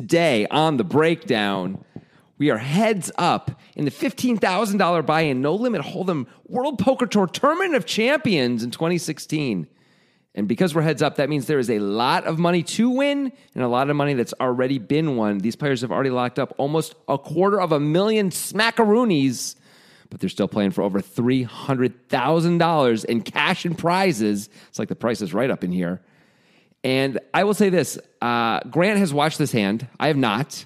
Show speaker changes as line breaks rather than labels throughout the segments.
Today on the breakdown, we are heads up in the $15,000 buy in No Limit Hold'em World Poker Tour Tournament of Champions in 2016. And because we're heads up, that means there is a lot of money to win and a lot of money that's already been won. These players have already locked up almost a quarter of a million smackaroonies, but they're still playing for over $300,000 in cash and prizes. It's like the price is right up in here. And I will say this uh, Grant has watched this hand. I have not.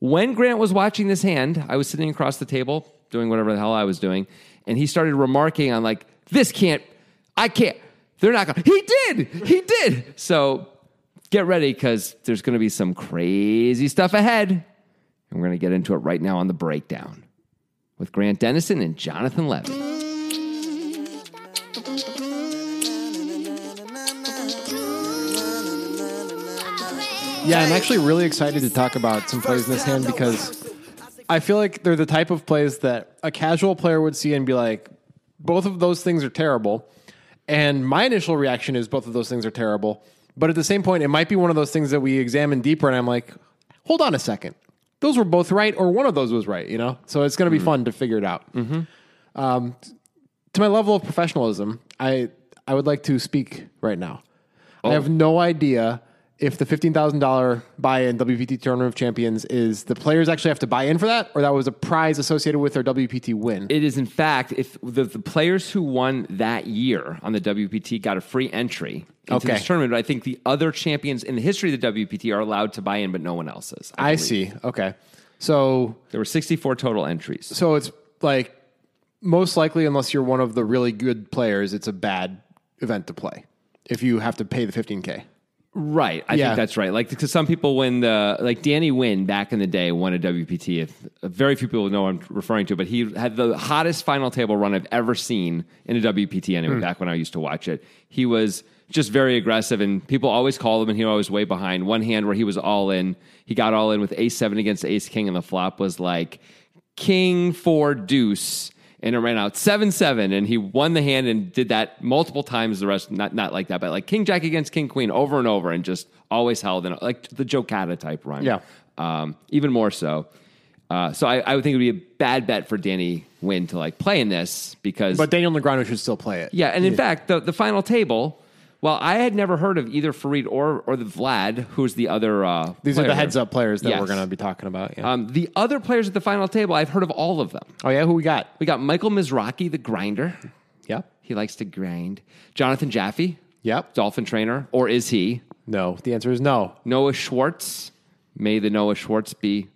When Grant was watching this hand, I was sitting across the table doing whatever the hell I was doing, and he started remarking on, like, this can't, I can't, they're not going to. He did! He did! So get ready because there's going to be some crazy stuff ahead. And we're going to get into it right now on the breakdown with Grant Dennison and Jonathan Levin.
Yeah, I'm actually really excited to talk about some plays in this hand because I feel like they're the type of plays that a casual player would see and be like, both of those things are terrible. And my initial reaction is both of those things are terrible. But at the same point, it might be one of those things that we examine deeper, and I'm like, hold on a second. Those were both right, or one of those was right, you know? So it's going to be fun to figure it out. Mm-hmm. Um, to my level of professionalism, I, I would like to speak right now.
Oh.
I have no idea if the fifteen thousand dollar buy-in WPT Tournament of Champions is the players actually have to buy in for that, or that was a prize associated with their WPT win.
It is, in fact, if the, the players who won that year on the WPT got a free entry into
Okay.
this tournament, but I think the other champions in the history of the WPT are allowed to buy in, but no one else is.
I
believe.
see. Okay, so
There were 64 total entries.
so it's like most likely, unless you're one of the really good players, it's a bad event to play if you have to pay the fifteen k.
Right. I
Yeah.
think that's right. Like, because some people win the, like Danny Wynn back in the day won a WPT. If, uh, very few people know what I'm referring to, but he had the hottest final table run I've ever seen in a WPT anyway, back when I used to watch it. He was just very aggressive, and people always called him, and he was always way behind. One hand where he was all in, he got all in with ace seven against ace king, and the flop was like king four deuce and it ran out seven seven and he won the hand and did that multiple times the rest not not like that but like king jack against king queen over and over and just always held and like the jokata type run
Yeah.
um, even more so uh, so I, I would think it would be a bad bet for danny win to like play in this because
But Daniel Negreanu should still play it.
yeah, and in fact, the, the final table. Well, I had never heard of either Farid or or the Vlad, who's the other. Uh,
These are the
player.
heads up players that
Yes.
we're going to be talking about. Yeah.
Um, the other players at the final table, I've heard of all of them.
oh yeah, who we got?
We got Michael Mizraki, the grinder.
Yep.
He likes to grind. Jonathan Jaffe.
Yep.
Dolphin trainer, or is he?
No, the answer is no.
Noah Schwartz. May the Noah Schwartz be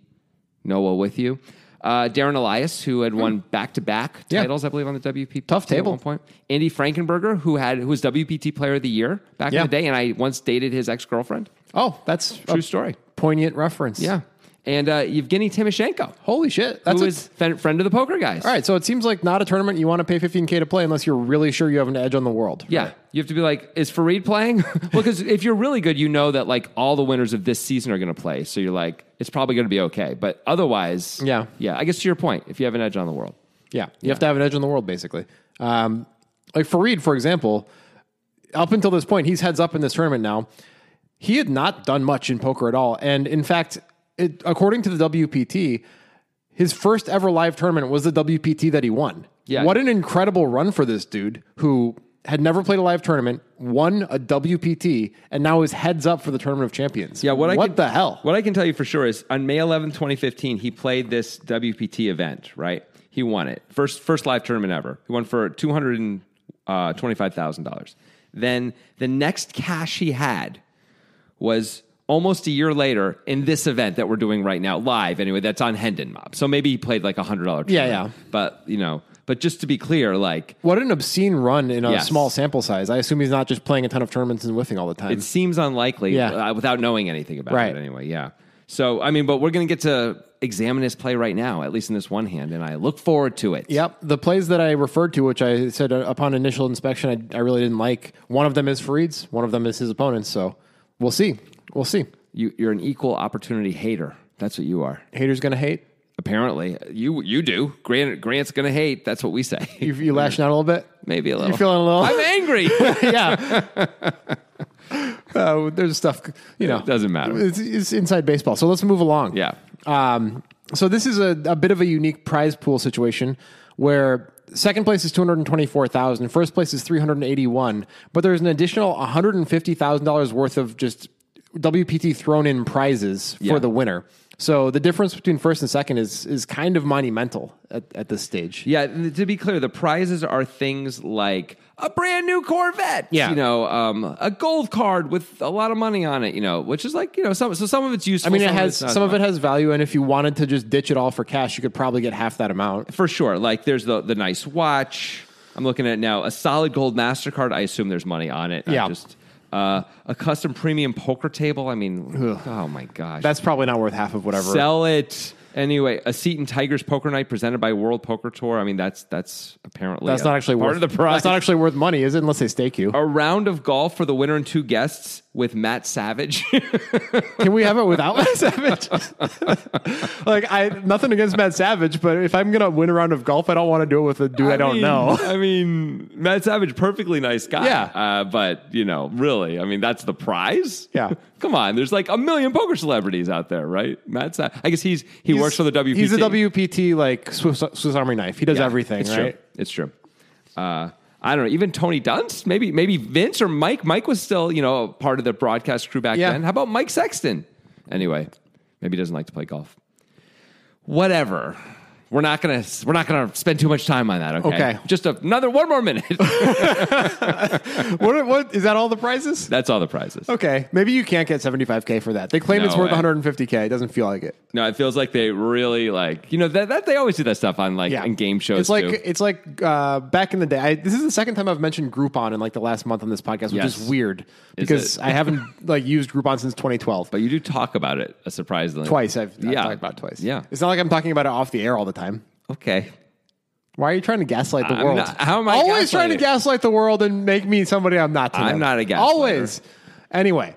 Noah with you. Uh, Darren Elias, who had won back to back
Hmm. Yeah.
titles, I believe, on the WPT.
Tough
At
table.
one point. Andy Frankenberger, who had who was WPT Player of the Year back
Yeah.
in the day, and I once dated his ex girlfriend.
Oh, that's
True
a
story.
poignant reference.
Yeah, and uh, Evgeny Timoshenko,
Holy shit. That's
who
a-
is fen- friend of the poker guys.
all right. So it seems like not a tournament you want to pay 15K to play unless you're really sure you have an edge on the world.
Yeah. You have to be like, is Farid playing? well, because if you're really good, you know that like all the winners of this season are going to play. So you're like, it's probably going to be okay. But otherwise,
Yeah.
Yeah. I guess to your point, if you have an edge on the world.
Yeah. You have to have an edge on the world, basically. Um, like Farid, for example, up until this point, he's heads up in this tournament now. He had not done much in poker at all. And in fact, it, according to the WPT, his first ever live tournament was the WPT that he won.
Yeah.
What an incredible run for this dude who had never played a live tournament, won a WPT, and now is heads up for the Tournament of Champions.
Yeah, what I
what
can,
the hell?
What I can tell you for sure is on May 11th, 2015, he played this WPT event, right? He won it. First first live tournament ever. He won for uh, $225,000. Then the next cash he had was almost a year later in this event that we're doing right now, live anyway, that's on Hendon Mob. So maybe he played like a $100 tournament.
Yeah, yeah.
But, you know, but just to be clear, like
What an obscene run in a
Yes.
small sample size. I assume he's not just playing a ton of tournaments and whiffing all the time.
It seems unlikely
Yeah.
uh, without knowing anything about
Right.
it anyway. Yeah. So, I mean, but we're going to get to examine his play right now, at least in this one hand, and I look forward to it.
Yep. The plays that I referred to, which I said uh, upon initial inspection, I, I really didn't like. One of them is Farid's, one of them is his opponent's. So we'll see. We'll see.
You, you're an equal opportunity hater. That's what you are.
Haters going to hate.
Apparently, you you do. Grant Grant's going to hate. That's what we say.
You, you lashing out a little bit?
Maybe a little.
feeling a little-
I'm angry.
yeah. uh, there's stuff, you know.
It doesn't matter.
It's, it's inside baseball. So let's move along.
Yeah.
Um, so this is a, a bit of a unique prize pool situation where second place is 224,000, first place is 381, but there's an additional $150,000 worth of just WPT thrown in prizes
Yeah.
for the winner. So the difference between first and second is is kind of monumental at, at this stage.
Yeah, and to be clear, the prizes are things like a brand new Corvette,
Yeah.
you know, um, a gold card with a lot of money on it, you know, which is like, you know, some so some of it's useful.
I mean, it
some
has
it's not
some
so
of it has value, and if you wanted to just ditch it all for cash, you could probably get half that amount.
for sure. Like there's the the nice watch. I'm looking at it now a solid gold Mastercard. I assume there's money on it. I'm
Yeah.
just uh, a custom premium poker table. I mean, oh my gosh,
That's probably not worth half of whatever.
sell it anyway. A seat in Tigers Poker Night presented by World Poker Tour. I mean, that's that's apparently
that's
a
not actually
part
worth
of the prize.
That's not actually worth money, is it? Unless they stake you.
a round of golf for the winner and two guests with Matt Savage.
Can we have it without Matt Savage? like, I nothing against Matt Savage, but if I'm gonna win a round of golf, I don't want to do it with a dude I, don't
mean-
know.
I mean, Matt Savage, perfectly nice guy.
Yeah.
Uh, but, you know, really, I mean, that's the prize.
Yeah.
Come on. There's like a million poker celebrities out there, right? Matt Savage. I guess he's he works for the WPT.
He's a WPT like Swiss, Swiss Army knife. He does
Yeah,
everything,
it's
right?
True. It's true. Uh, I don't know. Even Tony Dunst, maybe maybe Vince or Mike. Mike was still, you know, part of the broadcast crew back
Yeah.
then. How about Mike Sexton? Anyway, maybe he doesn't like to play golf. Whatever. We're not gonna we're not gonna spend too much time on that. Okay.
Okay.
Just another one more minute.
what? What is that? All the prizes?
That's all the prizes.
Okay, maybe you can't get 75k for that. They claim it's
No
worth
way.
150k. It doesn't feel like it.
No, it feels like they really like you know that, that they always do that stuff on like on game shows.
It's like
too.
it's like uh, back in the day. I, this is the second time I've mentioned Groupon in like the last month on this podcast, which
Yes.
is weird
Is
because
it?
I haven't like used Groupon since 2012.
but you do talk about it a surprisingly
twice I've, I've
Yeah.
talked about it twice.
Yeah.
it's not like I'm talking about it off the air all the time.
Okay.
Why are you trying to gaslight the
I'm
world?
not- how am I
always trying to
gaslighting?
gaslight the world and make me somebody I'm not? To
I'm
them.
not a gaslighter.
Always. Anyway,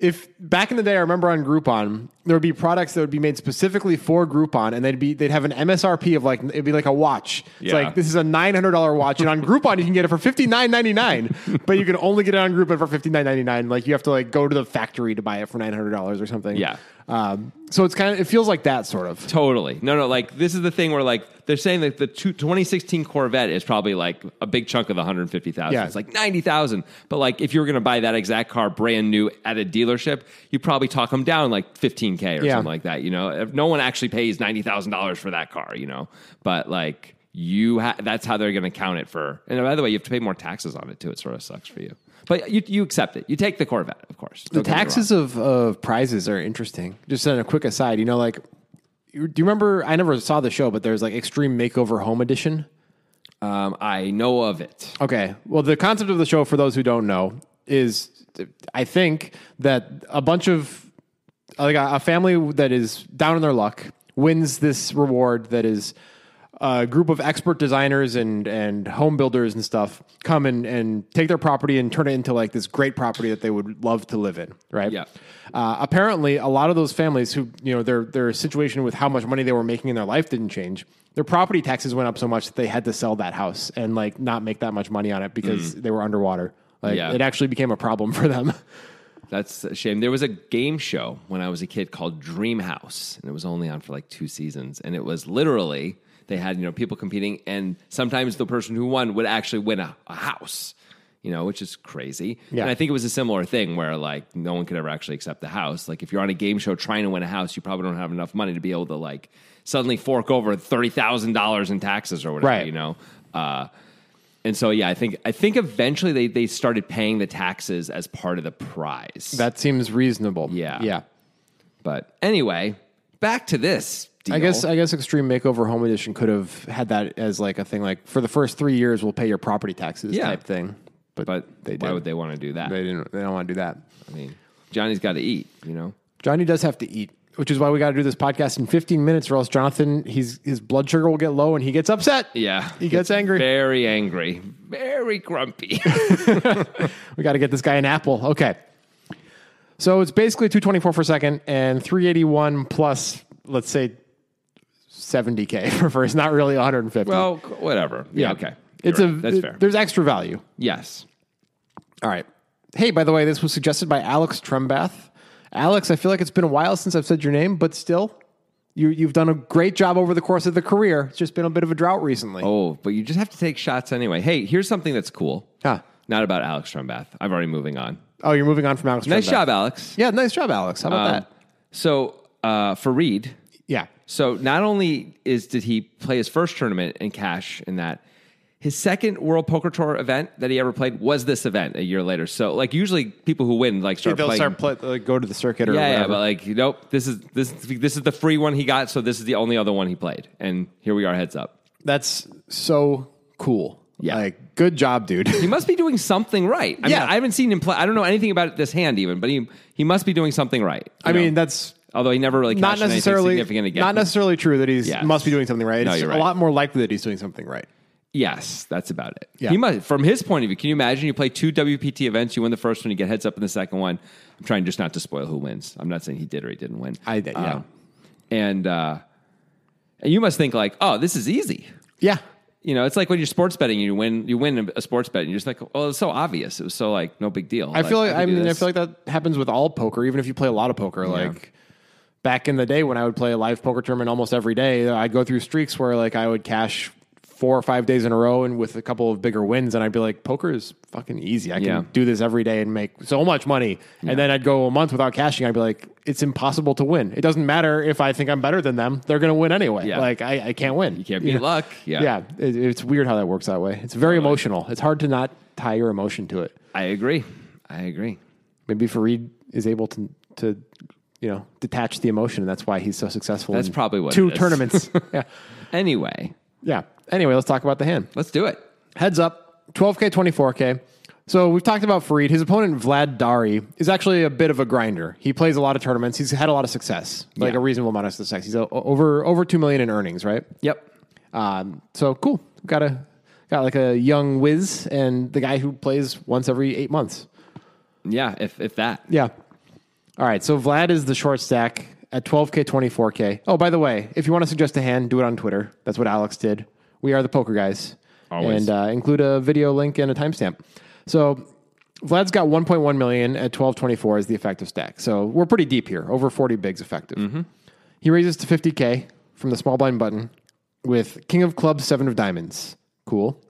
if back in the day, I remember on Groupon there would be products that would be made specifically for Groupon, and they'd be they'd have an MSRP of like it'd be like a watch. It's
Yeah.
like this is a nine hundred dollar watch, and on Groupon you can get it for fifty nine ninety nine, but you can only get it on Groupon for fifty nine ninety nine. Like you have to like go to the factory to buy it for nine hundred dollars or something.
Yeah.
Um, so it's kind of it feels like that sort of.
Totally. No, no, like this is the thing where like they're saying that the two, 2016 Corvette is probably like a big chunk of the 150,000.
Yeah.
It's like 90,000. But like if you were going to buy that exact car brand new at a dealership, you probably talk them down like 15k or
Yeah.
something like that, you know. If no one actually pays $90,000 for that car, you know. But like you ha- that's how they're going to count it for. And by the way, you have to pay more taxes on it too. It sort of sucks for you. But you you accept it. You take the Corvette, of course.
the taxes of, of prizes are interesting. Just on a quick aside, you know, like, you- do you remember? I never saw the show, but there's like Extreme Makeover Home Edition.
Um I know of it.
Okay. Well, the concept of the show, for those who don't know, is I think that a bunch of like a, a family that is down on their luck wins this reward that is a group of expert designers and and home builders and stuff come and and take their property and turn it into like this great property that they would love to live in, right?
Yeah.
Uh, apparently, a lot of those families who you know their their situation with how much money they were making in their life didn't change. Their property taxes went up so much that they had to sell that house and like not make that much money on it because they were underwater. Like
Mm. Yeah.
it actually became a problem for them.
That's a shame. There was a game show when I was a kid called Dream House, and it was only on for like two seasons. And it was literally they had you know people competing, and sometimes the person who won would actually win a, a house, you know, which is crazy.
Yeah.
And I think it was a similar thing where like no one could ever actually accept the house. Like if you're on a game show trying to win a house, you probably don't have enough money to be able to like suddenly fork over thirty thousand dollars in taxes or whatever.
Right.
You know. Uh, and so yeah, I think I think eventually they they started paying the taxes as part of the prize.
that seems reasonable.
Yeah.
Yeah.
But anyway, back to this. Deal.
I guess I guess Extreme Makeover Home Edition could have had that as like a thing like for the first three years we'll pay your property taxes
Yeah.
type thing. But,
but
they
why
did.
would they want to do that?
they didn't they don't want to do that.
I mean, Johnny's got to eat. You know,
Johnny does have to eat, which is why we got to do this podcast in 15 minutes, or else Jonathan, he's, his blood sugar will get low and he gets upset.
yeah,
He gets angry.
very angry, very grumpy.
We got to get this guy an apple. Okay. So it's basically 224 for second and 381 plus, let's say, 70K for first, not really 150.
well, c- whatever. Yeah, okay.
It's
You're
a,
right. that's fair.
There's extra value.
Yes,
All right. Hey, by the way, this was suggested by Alex Trembath. Alex, I feel like it's been a while since I've said your name, but still, you, you've done a great job over the course of the career. It's just been a bit of a drought recently.
Oh, but you just have to take shots anyway. Hey, here's something that's cool.
Huh.
Not about Alex Trumbath. I'm already moving on.
Oh, you're moving on from Alex.
Nice
Trebek.
job, Alex.
Yeah, nice job, Alex. How about
Um,
that?
So uh, for Reed,
Yeah.
so not only is did he play his first tournament and cash in that, his second World Poker Tour event that he ever played was this event a year later. So like usually people who win like start
They'll
playing.
start play, like, go to the circuit or
yeah, yeah,
whatever.
but like nope, this is this this is the free one he got, so this is the only other one he played, and here we are, heads up.
That's so cool.
Yeah.
Like, good job, dude.
He must be doing something right. I
Yeah.
mean, I haven't seen him play. I don't know anything about this hand even, but he he must be doing something right.
I
you know?
mean, that's
although he never really
not
cashed in anything
necessarily
significant again.
not necessarily true that he's
Yeah.
must be doing something right.
No,
it's
you're
a
right.
lot more likely that he's doing something right.
Yes, that's about it.
Yeah.
He must, from his point of view, can you imagine you play two WPT events, you win the first one, you get heads up in the second one. I'm trying just not to spoil who wins. I'm not saying he did or he didn't win. Um,
I- yeah.
and uh, and you must think like, oh, this is easy.
Yeah.
You know, it's like when you're sports betting, you win, you win a sports bet, and you're just like, oh, it's so obvious. It was so like no big deal.
I feel like
can
I,
do
mean I
this.
feel like that happens with all poker, even if you play a lot of poker. Like back in the day when I would play a live poker tournament almost every day, I'd go through streaks where like I would cash four or five days in a row and with a couple of bigger wins and I'd be like, poker is fucking easy. I can
Yeah.
do this every day and make so much money. And then I'd go a month without cashing. I'd be like, it's impossible to win. It doesn't matter if I think I'm better than them. They're going to win anyway.
Yeah.
Like I, I can't win. You
can't beat luck. Yeah.
Yeah. It, it's weird how that works that way. It's very emotional. It's hard to not tie your emotion to it
I agree. I agree.
maybe Fareed is able to to you know detach the emotion, and that's why he's so successful.
That's
in
probably what
two
it is.
tournaments. yeah,
Anyway,
yeah. Anyway, let's talk about the hand.
let's do it.
Heads up, 12k, 24k. So we've talked about Fareed. His opponent Vlad Dari is actually a bit of a grinder. He plays a lot of tournaments. He's had a lot of success, like
Yeah.
a reasonable amount of success. He's o- over over two million in earnings, right?
Yep.
Um, so cool. Got a got like a young whiz and the guy who plays once every eight months.
Yeah. If if that.
Yeah. All right. So Vlad is the short stack at 12K, 24K. Oh, by the way, if you want to suggest a hand, do it on Twitter. That's what Alex did. We are the poker guys.
Always.
And uh, include a video link and a timestamp. So Vlad's got 1.1 million at 1224 is the effective stack. So we're pretty deep here, over 40 bigs effective. He raises to 50K from the small blind button with King of Clubs, Seven of Diamonds. Cool.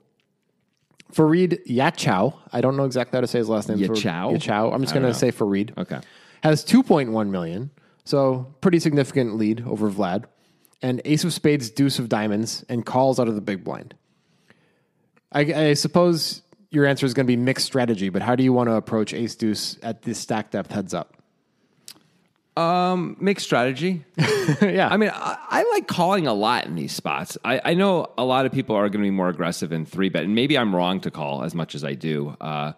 Farid Yachow. I don't know exactly how to say his last name.
Yachow?
Yachow. I'm
I
just
don't
going to
know.
say Farid
Okay.
has 2.1 million, so pretty significant lead over Vlad, and ace of spades, deuce of diamonds, and calls out of the big blind. I, I suppose your answer is going to be mixed strategy, but how do you want to approach ace deuce at this stack depth heads up?
Mixed strategy.
yeah,
I mean, I, I like calling a lot in these spots. I, I know a lot of people are going to be more aggressive in three bet, and maybe I'm wrong to call as much as I do. Uh,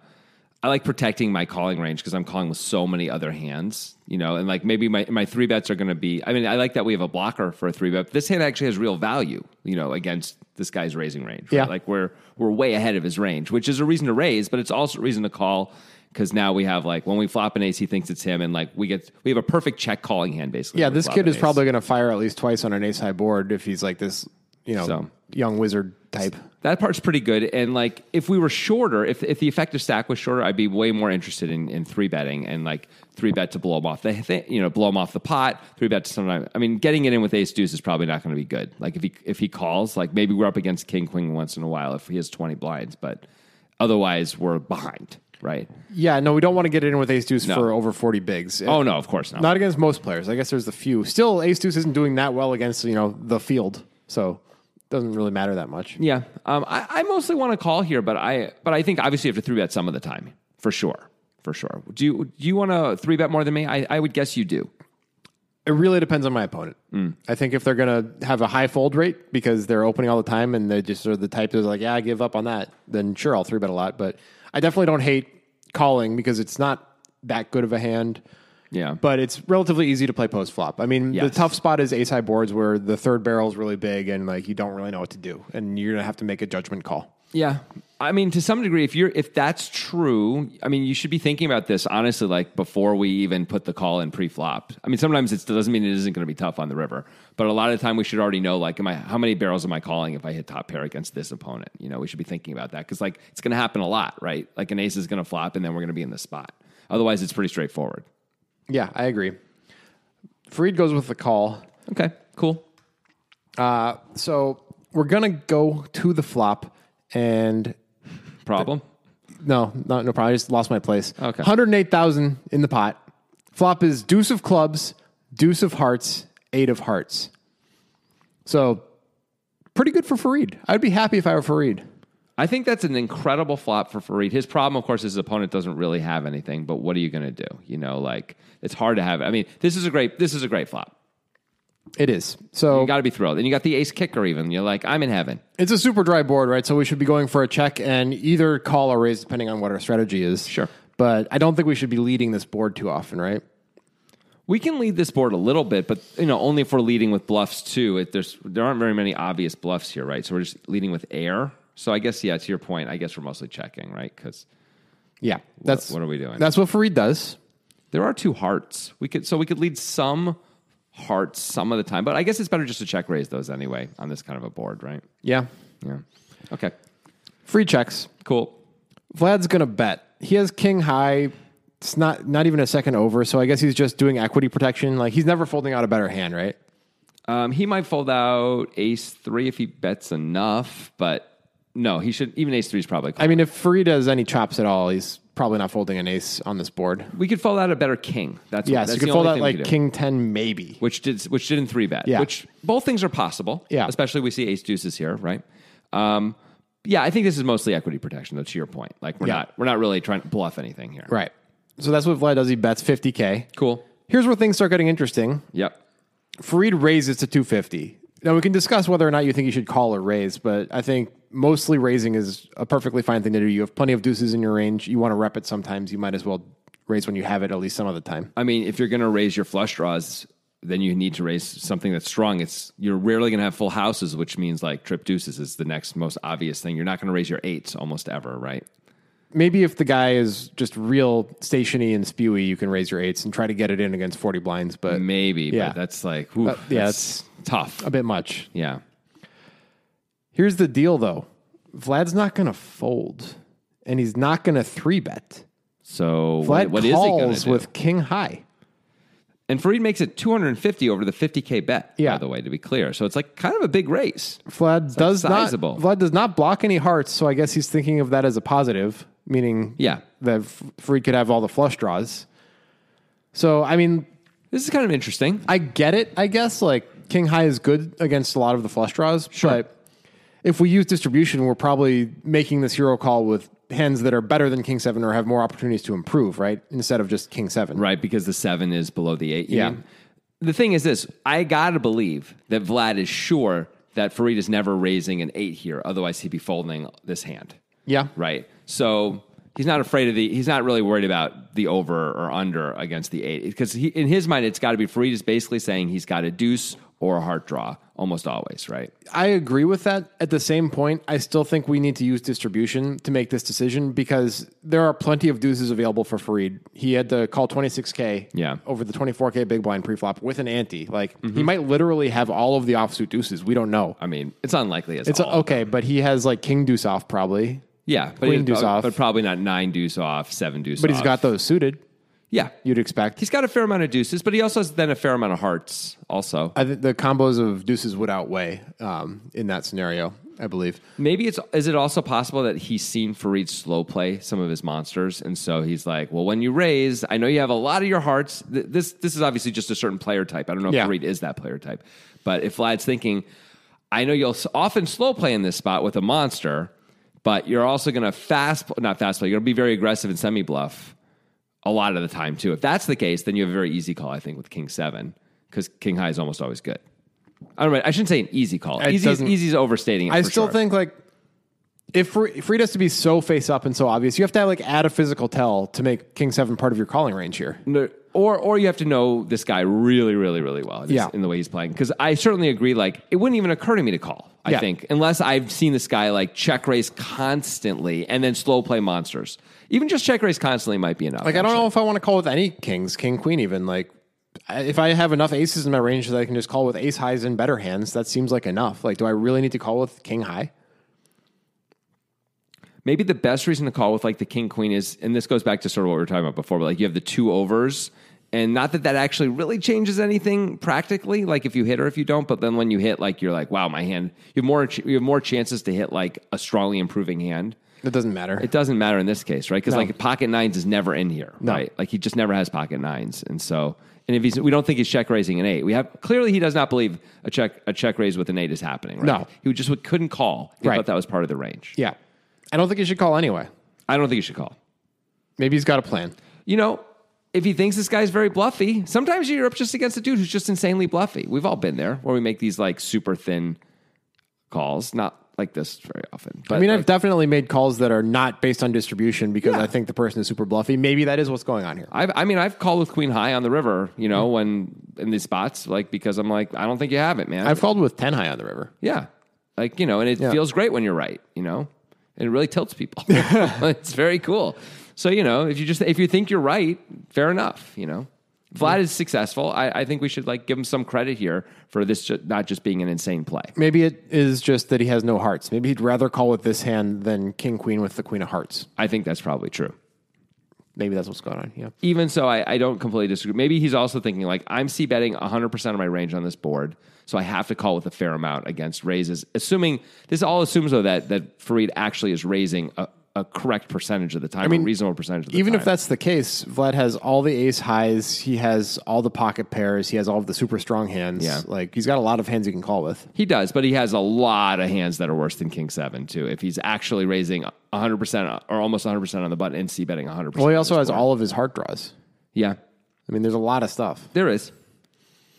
I like protecting my calling range because I'm calling with so many other hands, you know, and like maybe my, my three bets are going to be. I mean, I like that we have a blocker for a three bet. But this hand actually has real value, you know, against this guy's raising range. right?
Yeah.
like we're we're way ahead of his range, which is a reason to raise, but it's also a reason to call because now we have like when we flop an ace, he thinks it's him, and like we get we have a perfect check calling hand basically.
yeah.
when we
This
flop
kid
an
is
ace.
probably going to fire at least twice on an ace high board if he's like this, you know,
So.
young wizard type.
That part's pretty good. And like, if we were shorter, if if the effective stack was shorter, I'd be way more interested in, in three betting and like three bet to blow them off the thi- you know blow them off the pot. Three bet to sometimes. I mean, getting it in with ace deuce is probably not going to be good. Like if he if he calls, like maybe we're up against king queen once in a while if he has twenty blinds, but otherwise we're behind, right?
Yeah, no, we don't want to get in with ace deuce
No.
for over forty bigs.
Oh no, of course not.
Not against most players. I guess there's the few. Still, Ace Deuce isn't doing that well against you know the field, so doesn't really matter that much.
yeah, um, I, I mostly want to call here, but I but I think obviously you have to three bet some of the time for sure, for sure. Do you do you want to three bet more than me? I, I would guess you do.
It really depends on my opponent. I think if they're gonna have a high fold rate because they're opening all the time and they just are the type that's like, yeah, I give up on that. Then sure, I'll three bet a lot, but I definitely don't hate calling because it's not that good of a hand.
Yeah,
But it's relatively easy to play post flop. I mean, the
Yes.
tough spot is ace high boards where the third barrel is really big and like you don't really know what to do, and you're gonna have to make a judgment call.
Yeah. I mean, to some degree, if you're if that's true, I mean, you should be thinking about this honestly, like before we even put the call in pre-flop. I mean, sometimes it doesn't mean it isn't going to be tough on the river, but a lot of the time we should already know, like, am I how many barrels am I calling if I hit top pair against this opponent? You know, we should be thinking about that because like it's going to happen a lot, right? Like an ace is going to flop, and then we're going to be in the spot. Otherwise, it's pretty straightforward.
Yeah, I agree. Fareed goes with the call.
Okay, cool.
So we're gonna go to the flop, and
Problem.
no, no, no problem. I just lost my place.
Okay.
hundred eight thousand in the pot. Flop is deuce of clubs, deuce of hearts, eight of hearts. So pretty good for Fareed. I'd be happy if I were Fareed.
I think that's an incredible flop for Farid. His problem, of course, is his opponent doesn't really have anything. But what are you going to do? You know, like it's hard to have. I mean, this is a great this is a great flop.
It is.
You
So
got to be thrilled, and you got the ace kicker. Even you're like, I'm in heaven.
it's a super dry board, right? So we should be going for a check and either call or raise, depending on what our strategy is.
Sure.
But I don't think we should be leading this board too often, right?
We can lead this board a little bit, but you know, only if we're leading with bluffs too. It, there's there aren't very many obvious bluffs here, right? So we're just leading with air. So I guess yeah, to your point, I guess we're mostly checking, right? Because
Yeah. That's
what are we doing?
That's what Fareed does.
there are two hearts. We could so we could lead some hearts some of the time, but I guess it's better just to check raise those anyway on this kind of a board, right?
Yeah.
Yeah. Okay.
Free checks.
Cool.
Vlad's gonna bet. He has king high. It's not not even a second over, so I guess he's just doing equity protection. Like he's never folding out a better hand, right?
Um, he might fold out ace three if he bets enough, but no, he should. Even ace three is probably.
I mean, if Fareed has any chops at all, he's probably not folding an ace on this board.
we could fold out a better king. That's
Yeah,
That's
so you
the
can fold
only
out
thing we
like
could do.
king ten, maybe.
which did which didn't three bet.
Yeah.
Which both things are possible.
Yeah.
Especially we see ace deuces here, right? Um, yeah, I think this is mostly equity protection. Though to your point, like we're
Yeah.
not we're not really trying to bluff anything here.
Right. So that's what Vlad does. He bets fifty k.
Cool.
Here's where things start getting interesting.
Yep.
Fareed raises to two fifty. Now we can discuss whether or not you think you should call or raise, but I think mostly raising is a perfectly fine thing to do. You have plenty of deuces in your range. You want to rep it sometimes. You might as well raise when you have it at least some of the time.
I mean, if you're going to raise your flush draws, then you need to raise something that's strong. It's you're rarely going to have full houses, which means like trip deuces is the next most obvious thing. You're not going to raise your eights almost ever, right?
maybe if the guy is just real stationy and spewy, you can raise your eights and try to get it in against 40 blinds, but
Maybe,
Yeah. Uh,
but that's like, oof,
yeah,
that's tough.
a bit much.
yeah.
Here's the deal though Vlad's not going to fold and he's not going to three bet.
So
Vlad
what, what is he going
calls
to do?
with king high.
and Farid makes it 250 over the 50k bet.
Yeah.
By the way, to be clear, so it's like kind of a big race.
Vlad does
sizable.
not Vlad does not block any hearts, so I guess he's thinking of that as a positive, meaning
Yeah.
that F- Fareed could have all the flush draws. So I mean,
This is kind of interesting.
I get it, I guess. Like king high is good against a lot of the flush draws, but if we use distribution, we're probably making this hero call with hands that are better than king seven or have more opportunities to improve, right? Instead of just king seven.
Right, because the seven is below the eight. you
Yeah.
mean? The thing is this I gotta believe that Vlad is sure that Farid is never raising an eight here, otherwise he'd be folding this hand.
Yeah.
Right. So he's not afraid of the he's not really worried about the over or under against the eight. Because he in his mind it's gotta be Farid is basically saying he's got a deuce or a heart draw almost always, right?
I agree with that. At the same point, I still think we need to use distribution to make this decision because there are plenty of deuces available for Fareed. He had to call 26K
Yeah.
over the 24K big blind preflop with an ante. Like, he might literally have all of the offsuit deuces. We don't know.
I mean, it's unlikely as
It's
all.
okay, but he has like king deuce off probably,
Yeah, but,
Queen
he's
deuce
prob-
off.
but probably not nine deuce off, seven deuce
but
off.
he's got those suited.
Yeah.
You'd expect.
He's got a fair amount of deuces, but he also has then a fair amount of hearts also.
I think the combos of deuces would outweigh um, in that scenario. I believe.
Maybe it's is it also possible that he's seen Farid slow play some of his monsters, and so he's like, well, when you raise, I know you have a lot of your hearts. Th- this this is obviously just a certain player type. I don't know if
Yeah.
Farid is that player type, but if Vlad's thinking, I know you'll s- often slow play in this spot with a monster, but you're also going to fast not fast play. You're going to be very aggressive and semi bluff a lot of the time too. If that's the case, then you have a very easy call, I think, with King Seven because King High is almost always good. I don't know. I shouldn't say an easy call.
It
Easy, is-
doesn't-
easy is overstating. It
I
for
still
sure.
think like if Fre- Freed has to be so face up and so obvious, you have to like add a physical tell to make king seven part of your calling range here.
No, or or you have to know this guy really, really, really well. in this-
Yeah.
in the way he's playing, because I certainly agree. Like it wouldn't even occur to me to call. I
Yeah.
think unless I've seen this guy like check raise constantly and then slow play monsters. Even just check raise constantly might be enough.
Like I don't know if I want to call with any kings, king, queen, even like I- if I have enough aces in my range that I can just call with ace highs and better hands, that seems like enough. Like, do I really need to call with king high?
maybe the best reason to call with like the king queen is, and this goes back to sort of what we were talking about before, but like you have the two overs, and not that that actually really changes anything practically, like if you hit or if you don't, but then when you hit, like you're like, wow, my hand, you have more, ch- you have more chances to hit like a strongly improving hand.
That doesn't matter.
It doesn't matter in this case, right? Because
No.
like pocket nines is never in here, right? Like he just never has pocket nines, and so and if he's we don't think he's check raising an eight. We have clearly he does not believe a check a check raise with an eight is happening. Right?
No.
he just would, couldn't call. He
Right.
thought that was part of the range.
yeah, I don't think you should call anyway.
I don't think he should call.
Maybe he's got a plan.
you know, if he thinks this guy's very bluffy, sometimes you're up just against a dude who's just insanely bluffy. We've all been there where we make these like super thin calls, not like this very often. But
I mean,
like,
I've definitely made calls that are not based on distribution because
Yeah.
I think the person is super bluffy. Maybe that is what's going on here.
I've, I mean, I've called with Queen High on the river, you
Mm.
know, when in these spots, like because I'm like, I don't think you have it, man.
I've called with ten high on the river.
yeah, like you know, and it
Yeah.
feels great when you're right, you know, and it really tilts people. it's very cool. So you know, if you just if you think you're right, fair enough, you know. Vlad is successful. I, I think we should like give him some credit here for this ju- not just being an insane play.
Maybe it is just that he has no hearts. Maybe he'd rather call with this hand than king queen with the queen of hearts.
I think that's probably true.
Maybe that's what's going on. Yeah.
Even so, I, I don't completely disagree. Maybe he's also thinking like I'm c betting 100 percent of my range on this board, so I have to call with a fair amount against raises. Assuming this all assumes though that that Farid actually is raising a, a correct percentage of the time, a
mean,
reasonable percentage of the
Even
time.
if that's the case, Vlad has all the ace highs. He has all the pocket pairs. He has all of the super strong hands.
Yeah.
Like he's got a lot of hands he can call with.
He does, but he has a lot of hands that are worse than King Seven too. If he's actually raising 100 percent or almost 100 percent on the button and c betting 100. percent
Well, he also has all of his heart draws.
yeah.
I mean, there's a lot of stuff.
There is.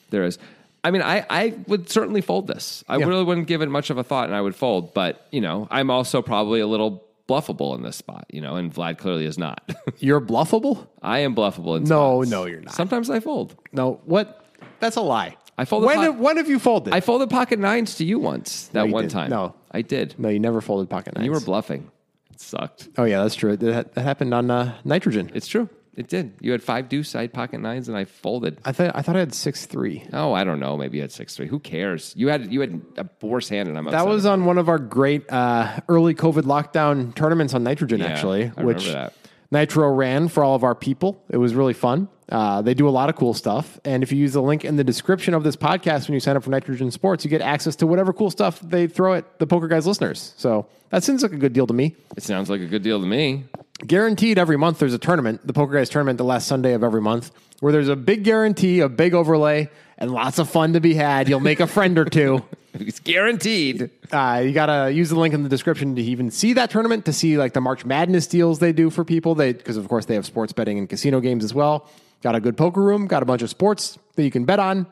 There is. I mean, I, I would certainly fold this. I
Yeah.
really wouldn't give it much of a thought and I would fold, but, you know, I'm also probably a little bluffable in this spot, you know, and Vlad clearly is not.
You're bluffable?
I am bluffable in
No,
spots.
no, you're not.
Sometimes I fold.
No. What? That's a lie.
I folded
When,
pot-
have, when have you folded?
I folded pocket nines to you once that
you
one
didn't.
time.
No.
I did.
no, you never folded pocket nines.
You were bluffing. It sucked.
Oh yeah, that's true. That, that happened on uh, nitrogen.
It's true. It did. You had five deuce side pocket nines and I folded.
I thought I thought I had six three.
Oh, I don't know. Maybe you had six three. Who cares? You had you had a worse hand, and I'm
That
upset
was on one of our great uh, early COVID lockdown tournaments on Nitrogen, actually,
I remember
which
that.
Nitro ran for all of our people. It was really fun. Uh, they do a lot of cool stuff. And if you use the link in the description of this podcast when you sign up for Nitrogen Sports, you get access to whatever cool stuff they throw at the Poker Guys listeners. So that seems like a good deal to me.
It sounds like a good deal to me.
Guaranteed every month there's a tournament, the Poker Guys tournament, the last Sunday of every month, where there's a big guarantee, a big overlay, and lots of fun to be had. You'll make a friend or two.
It's guaranteed.
Uh, you gotta use the link in the description to even see that tournament to see like the March Madness deals they do for people. They because of course they have sports betting and casino games as well. Got a good poker room. Got a bunch of sports that you can bet on.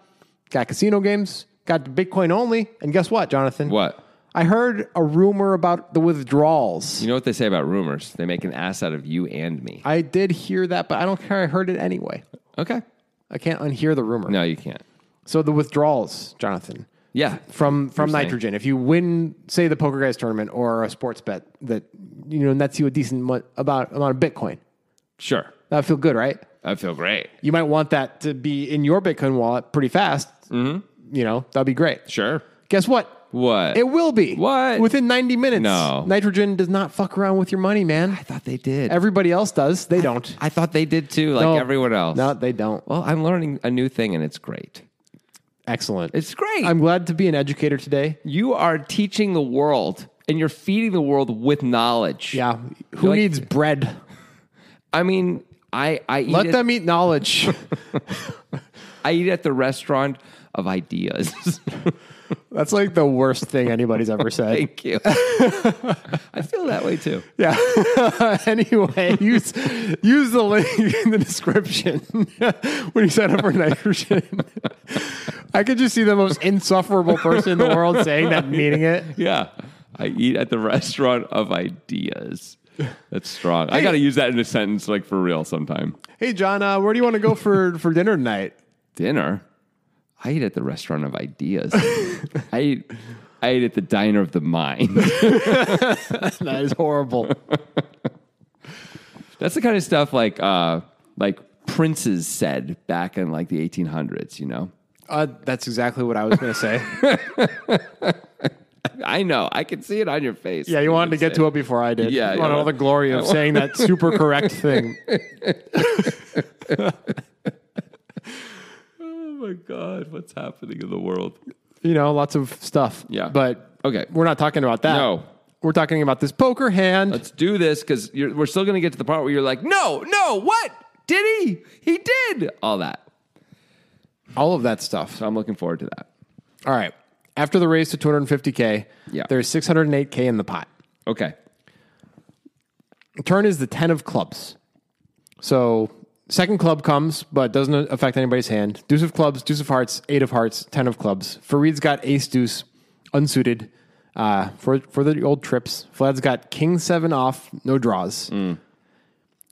Got casino games. Got Bitcoin only. And guess what, Jonathan?
What?
I heard a rumor about the withdrawals.
You know what they say about rumors? They make an ass out of you and me.
I did hear that, but I don't care. I heard it anyway.
Okay.
I can't unhear the rumor.
No, you can't.
So the withdrawals, Jonathan.
Yeah.
from from
saying.
nitrogen. If you win, say the poker guys tournament or a sports bet that you know nets you a decent mo- about amount of Bitcoin,
Sure.
that would feel good, right?
I feel great.
You might want that to be in your Bitcoin wallet pretty fast. Mm-hmm. You know that'd be great.
Sure.
Guess what?
What?
It will be
What?
within ninety minutes.
No.
nitrogen does not fuck around with your money, man.
I thought they did.
Everybody else does. They don't.
I thought they did too, like
No.
everyone else.
No, they don't.
Well, I'm learning a new thing and it's great.
Excellent.
It's great.
I'm glad to be an educator today.
you are teaching the world and you're feeding the world with knowledge.
Yeah. Who
like-
needs bread?
I mean, I, I eat
Let
at-
them eat knowledge.
I eat at the restaurant of ideas.
That's like the worst thing anybody's ever said.
Thank you. I feel that way too.
Yeah. anyway, use use the link in the description when you sign up for nitrogen. I could just see the most insufferable person in the world saying that, and meaning it.
Yeah. I eat at the restaurant of ideas. That's strong. I got to use that in a sentence, like for real, sometime.
Hey, John, uh, where do you want to go for, for dinner tonight?
Dinner. I eat at the restaurant of ideas. I eat. I ate at the diner of the mind.
That is horrible.
That's the kind of stuff like uh, like princes said back in like the 1800s. You know,
Uh, that's exactly what I was going to say.
I know. I can see it on your face.
Yeah, you wanted to get to it before I did.
Yeah,
you
yeah.
wanted all the glory of saying that super correct thing.
Oh my god, what's happening in the world?
You know, lots of stuff.
Yeah.
but
Okay.
we're not talking about that.
No.
we're talking about this poker hand.
Let's do this because we're still going to get to the part where you're like, no, no, what did he? He did all that.
all of that stuff.
So I'm looking forward to that.
All right. After the raise to 250k,
Yeah.
there's 608k in the pot.
Okay.
Turn is the 10 of clubs. So second club comes, but doesn't affect anybody's hand. Deuce of clubs, deuce of hearts, eight of hearts, 10 of clubs. Farid's got ace deuce, unsuited uh, for, for the old trips. Vlad's got king seven off, no draws.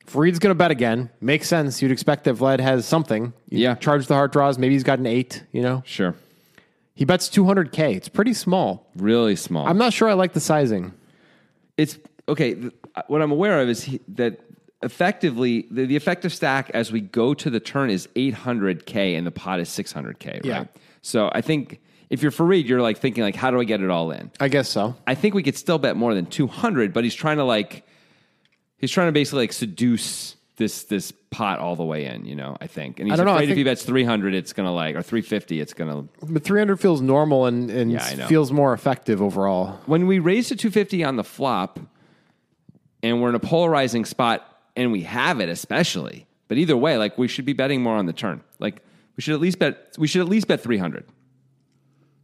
Farid's going to bet again. Makes sense. You'd expect that Vlad has something. You
Yeah.
Charge the heart draws. Maybe he's got an eight, you know?
Sure.
He bets 200K. It's pretty small.
Really small.
I'm not sure I like the sizing.
it's okay. th- uh, what I'm aware of is he, that effectively the, the effective stack as we go to the turn is 800k and the pot is 600k. Right.
Yeah.
So I think if you're Farid, you're like thinking like, how do I get it all in?
I guess so.
I think we could still bet more than 200, but he's trying to like he's trying to basically like seduce this this pot all the way in, you know, I think. And he's
I don't know, I
afraid if he
think-
bets 300 it's going to like or 350 it's going to
But 300 feels normal and, and
Yeah, I know.
feels more effective overall.
When we raise to 250 on the flop and we're in a polarizing spot and we have it especially. But either way, like we should be betting more on the turn. Like we should at least bet we should at least bet 300.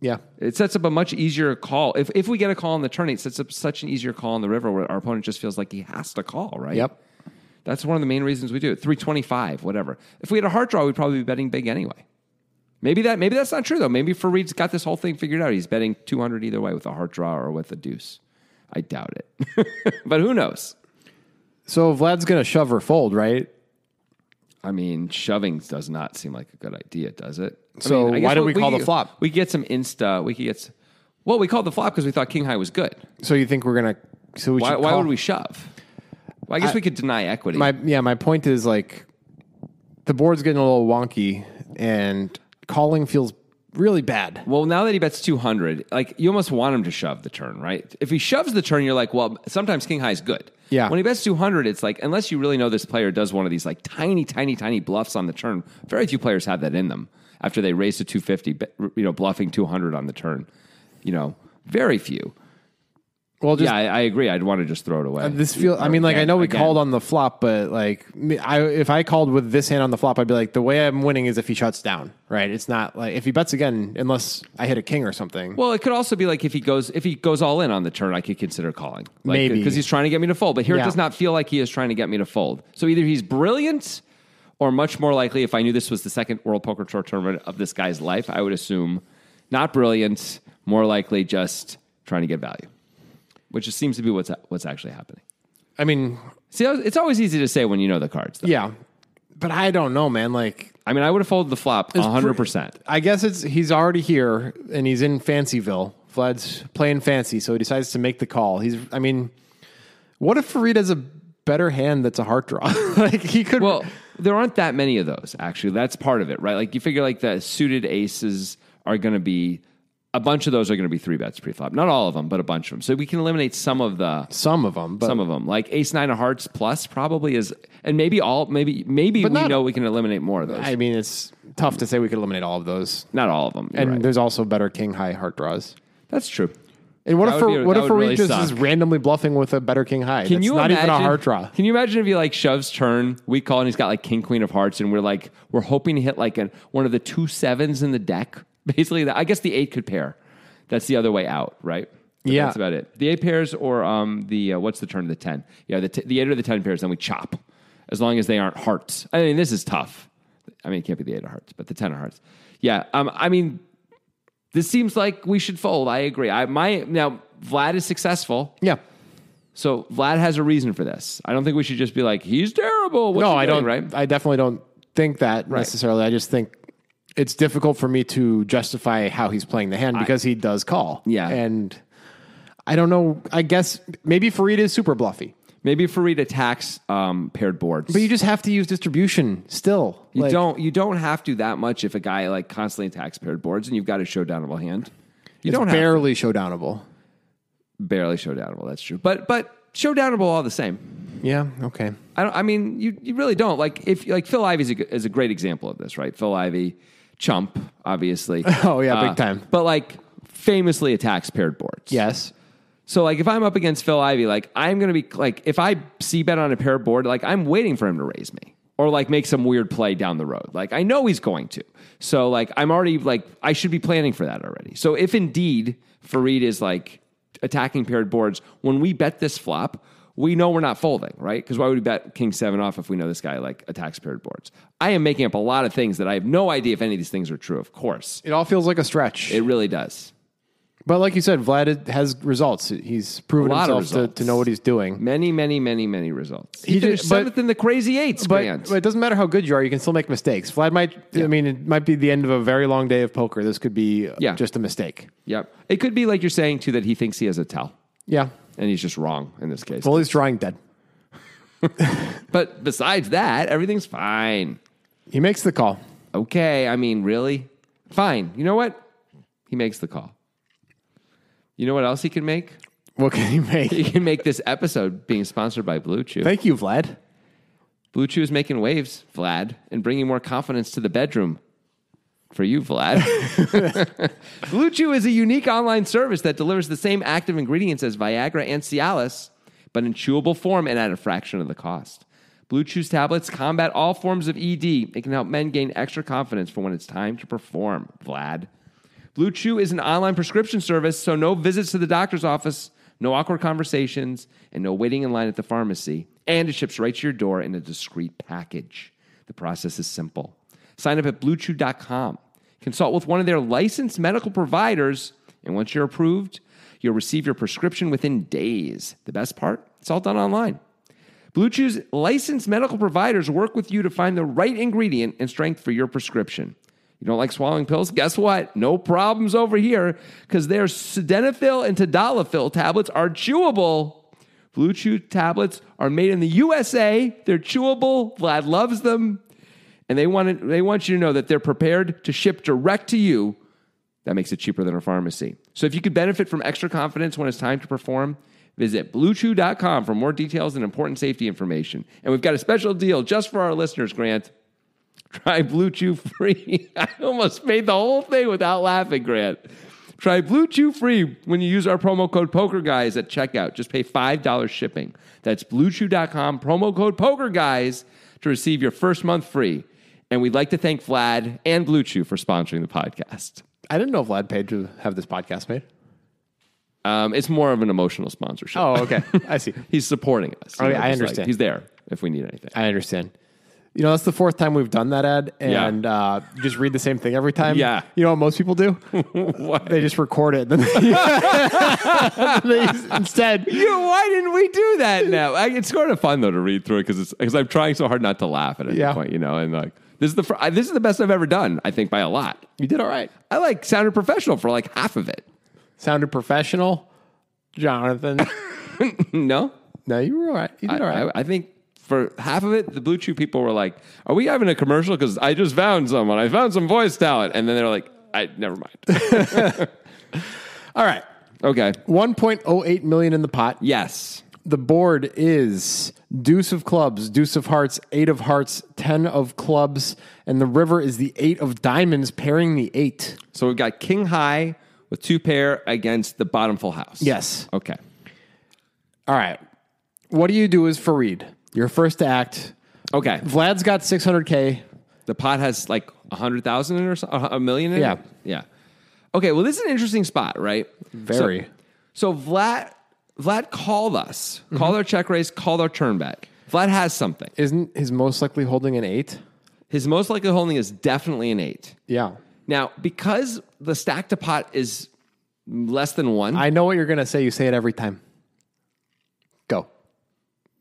Yeah.
It sets up a much easier call. If if we get a call on the turn, it sets up such an easier call on the river where our opponent just feels like he has to call, right?
Yep.
That's one of the main reasons we do it. 325, whatever. If we had a heart draw, we'd probably be betting big anyway. Maybe that maybe that's not true though. Maybe Farid's got this whole thing figured out. He's betting 200 either way with a heart draw or with a deuce. I doubt it. but who knows?
So Vlad's going to shove or fold, right?
I mean, shoving does not seem like a good idea, does it? I
So
mean, I guess
why did we call the flop?
We get some insta. We could get. s- Well, we called the flop because we thought king high was good.
So you think we're going to. So we
Why,
should
why
call-
would we shove? Well, I guess we could deny equity.
My, yeah, my point is like the board's getting a little wonky and calling feels really bad.
Well, now that he bets 200, like you almost want him to shove the turn, right? If he shoves the turn, you're like, well, sometimes king high is good.
Yeah.
When he bets 200, it's like, unless you really know this player does one of these like tiny, tiny, tiny bluffs on the turn, very few players have that in them after they raise to 250, but, you know, bluffing 200 on the turn. You know, very few.
Well, just
yeah, I, I agree. I'd want to just throw it away.
This feel. I mean, like I
Again-
know we
again.
called on the flop, but like me- I, if I called with this hand on the flop, I'd be like, the way I'm winning is if he shuts down, right? It's not like if he bets again, unless I hit a king or something.
Well, it could also be like if he goes if he goes all in on the turn, I could consider calling. Like,
Maybe.
because he's trying to get me to fold. But here
Yeah.
it does not feel like he is trying to get me to fold. So either he's brilliant, or much more likely, if I knew this was the second World Poker Tour tournament of this guy's life, I would assume not brilliant, more likely just trying to get value, which just seems to be what's what's actually happening.
I mean,
See, it's always easy to say when you know the cards. Though.
yeah, but I don't know, man. Like
I mean, I would have folded the flop
pre-
hundred percent.
I guess it's he's already here and he's in Fancyville. Vlad's playing fancy, so he decides to make the call. He's, I mean, what if Farid has a better hand that's a heart draw? like he could.
Well, there aren't that many of those actually. That's part of it, right? Like you figure like the suited aces are going to be a bunch of those are going to be three bets pre-flop. Not all of them, but a bunch of them. So we can eliminate some of the
some of them, but
some of them. Like ace nine of hearts plus probably is and maybe all maybe maybe we
not-
know we can eliminate more of those.
I mean, it's tough to say we could eliminate all of those.
not all of them. you're
And
right.
there's also better king high heart draws.
That's true.
And what
That
if
would be-
what
that
if
would
Farid
really
just
suck.
is randomly bluffing with a better king high?
Can
That's
you
not
imagine,
even a heart draw.
Can you imagine if he like shoves turn, we call and he's got like king queen of hearts, and we're like we're hoping to hit like an, one of the two sevens in the deck. Basically, the, I guess the eight could pair. That's the other way out, right? But
Yeah.
that's about it. The eight pairs or um the uh, what's the turn of the ten? Yeah, the t- the eight or the ten pairs. Then we chop as long as they aren't hearts. I mean, this is tough. I mean, it can't be the eight of hearts, but the ten of hearts. Yeah. Um. I mean, this seems like we should fold. I agree. I my now Vlad is successful.
Yeah.
So Vlad has a reason for this. I don't think we should just be like, he's terrible. What's
no,
he
I
doing,
don't.
Right?
I definitely don't think that necessarily. I just think it's difficult for me to justify how he's playing the hand because he does call.
Yeah.
and I don't know. I guess maybe Farid is super bluffy,
Maybe Farid attacks um, paired boards.
but you just have to use distribution still.
You
Like,
don't you don't have to that much if a guy like constantly attacks paired boards and you've got a showdownable hand. You
It's
don't have to.
barely showdownable.
barely showdownable. That's true, but but showdownable all the same.
Yeah. Okay.
I don't. I mean, you you really don't like if like Phil Ivey is a great example of this, right? Phil Ivey, chump, obviously. Uh,
Oh, yeah, big time.
But like famously attacks paired boards.
Yes.
So like if I'm up against Phil Ivey, like I'm gonna be like if I see bet on a pair board, like I'm waiting for him to raise me or like make some weird play down the road. Like I know he's going to. So like I'm already like I should be planning for that already. So if indeed Farid is like attacking paired boards, when we bet this flop, we know we're not folding, right? Because why would we bet King Seven off if we know this guy like attacks paired boards? I am making up a lot of things that I have no idea if any of these things are true. Of course,
It all feels like a stretch.
it really does.
but like you said, Vlad has results. He's proven
A lot of
himself to,
results.
to know what he's doing.
Many, many, many, many results. He,
He
finished
did- but-
seventh in the crazy eights,
But,
Grant.
but it doesn't matter how good you are, you can still make mistakes. Vlad might, I mean, it might be the end of a very long day of poker. This could be uh,
Yeah.
just a mistake.
yep. It could be like you're saying too that he thinks he has a tell,
Yeah.
and he's just wrong in this case.
Well, he's drawing dead.
But besides that, everything's fine.
He makes the call.
Okay, I mean, really, fine. You know what? He makes the call. You know what else he can make?
What can he
He
make?
can make this episode being sponsored by Blue Chew.
Thank you, Vlad.
Blue Chew is making waves, Vlad, and bringing more confidence to the bedroom. For you, Vlad. Blue Chew is a unique online service that delivers the same active ingredients as Viagra and Cialis, but in chewable form and at a fraction of the cost. Blue Chew's tablets combat all forms of ED. It can help men gain extra confidence for when it's time to perform, Vlad. Blue Chew is an online prescription service, so no visits to the doctor's office, no awkward conversations, and no waiting in line at the pharmacy. And it ships right to your door in a discreet package. The process is simple. Sign up at bluechew.com. Consult with one of their licensed medical providers, and once you're approved, you'll receive your prescription within days. The best part? It's all done online. Blue Chew's licensed medical providers work with you to find the right ingredient and strength for your prescription. You don't like swallowing pills? Guess what? No problems over here because their sildenafil and tadalafil tablets are chewable. Blue Chew tablets are made in the USA. They're chewable. Vlad loves them, and they want they want you to know that they're prepared to ship direct to you. That makes it cheaper than a pharmacy. So if you could benefit from extra confidence when it's time to perform, visit bluechew.com for more details and important safety information. And we've got a special deal just for our listeners, Grant. Try Blue Chew free. I almost made the whole thing without laughing, Grant. Try Blue Chew free when you use our promo code Poker Guys at checkout. Just pay $5 shipping. That's bluechew.com, promo code Poker Guys to receive your first month free. And we'd like to thank Vlad and Blue Chew for sponsoring the podcast.
I didn't know Vlad paid to have this podcast made.
Um, it's more of an emotional sponsorship.
Oh, okay. I see.
He's supporting us. you
Oh, yeah,
just
I
like,
understand.
he's there if we need anything.
I understand. You know, that's the fourth time we've done that ad, and uh, you just read the same thing every time.
Yeah.
You know what most people do? They just record it. Then they, They use- instead,
Yo, why didn't we do that now? I, it's sort of fun though to read through it because because I'm trying so hard not to laugh at any
Yeah.
point, you know. And like this is the fir- I, this is the best I've ever done, I think by a lot.
you did all right.
I like sounded professional for like half of it.
Sounded professional, Jonathan.
no,
Hmm, no, you were all right. You did all right.
I, I think for half of it, the Blue Chew people were like, "Are we having a commercial?" Because I just found someone. I found some voice talent, and then they're like, "I never mind."
all right.
okay.
1.08 million in the pot.
Yes.
The board is deuce of clubs, deuce of hearts, eight of hearts, 10 of clubs, and the river is the eight of diamonds pairing the eight.
So we've got King High with two pair against the bottom full house.
Yes.
Okay.
All right. What do you do as Farid? You're first to act.
Okay.
Vlad's got 600K.
The pot has like a hundred thousand in it or so, a a million. In
Yeah.
It? Yeah. Okay. Well, this is an interesting spot, right?
Very.
So, so Vlad, Vlad called us,
Mm-hmm.
called our check raise, called our turn bet. Vlad has something.
Isn't his most likely holding an eight?
His most likely holding is definitely an eight.
Yeah.
Now, because the stack to pot is less than one,
I know what you're going to say. You say it every time. Go.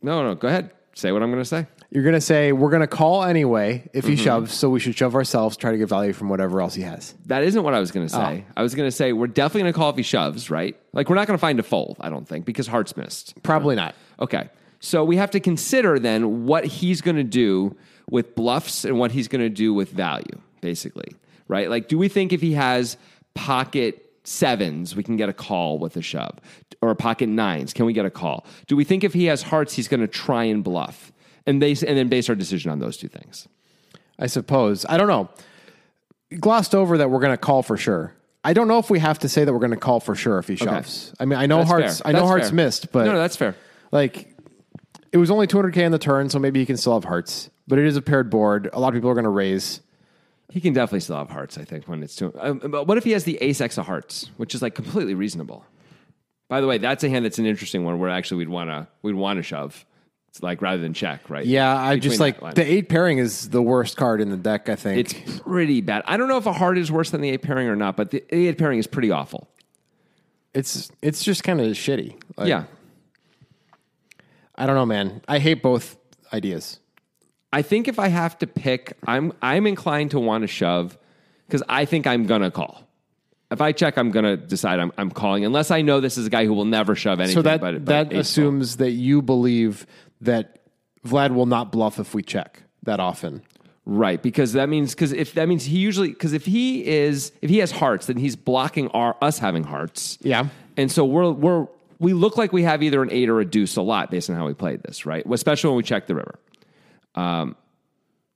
No, no, go ahead. Say what I'm going to say.
You're going to say, we're going to call anyway if he
Mm-hmm.
shoves, so we should shove ourselves, try to get value from whatever else he has.
That isn't what I was going to say.
Oh.
I was going to say we're definitely going to call if he shoves, right? Like we're not going to find a fold, I don't think, because hearts missed.
Probably not.
Okay. So we have to consider then what he's going to do with bluffs and what he's going to do with value, basically, right? Like, do we think if he has pocket sevens, we can get a call with a shove? Or pocket nines, can we get a call? Do we think if he has hearts, he's going to try and bluff? And, base, and then base our decision on those two things.
I suppose. I don't know. Glossed over that we're going to call for sure. I don't know if we have to say that we're going to call for sure if he shoves. I mean, I know
That's
hearts.
fair.
I know
That's
hearts
fair.
missed, but
No, no, that's fair.
like it was only 200k on the turn, so maybe he can still have hearts. But it is a paired board. A lot of people are going to raise.
He can definitely still have hearts, I think, when it's too. Um, but what if he has the ace X of hearts, which is like completely reasonable? By the way, that's a hand that's an interesting one where actually we'd want to we'd want to shove, it's like rather than check, right?
Yeah, I
Between
just
that
like
line.
the eight pairing is the worst card in the deck. I think
it's pretty bad. I don't know if a heart is worse than the eight pairing or not, but the eight pairing is pretty awful.
it's it's just kind of shitty. Like,
yeah,
I don't know, man. I hate both ideas.
I think if I have to pick, I'm I'm inclined to want to shove because I think I'm gonna call. If I check, I'm gonna decide I'm I'm calling unless I know this is a guy who will never shove anything.
So that
but, but
that
ace fold.
assumes that you believe that Vlad will not bluff if we check that often.
Right, because that means because if that means he usually because if he is if he has hearts, then he's blocking our us having hearts.
Yeah.
and so we're we're we look like we have either an eight or a deuce a lot based on how we played this, right? Especially when we check the river. Um,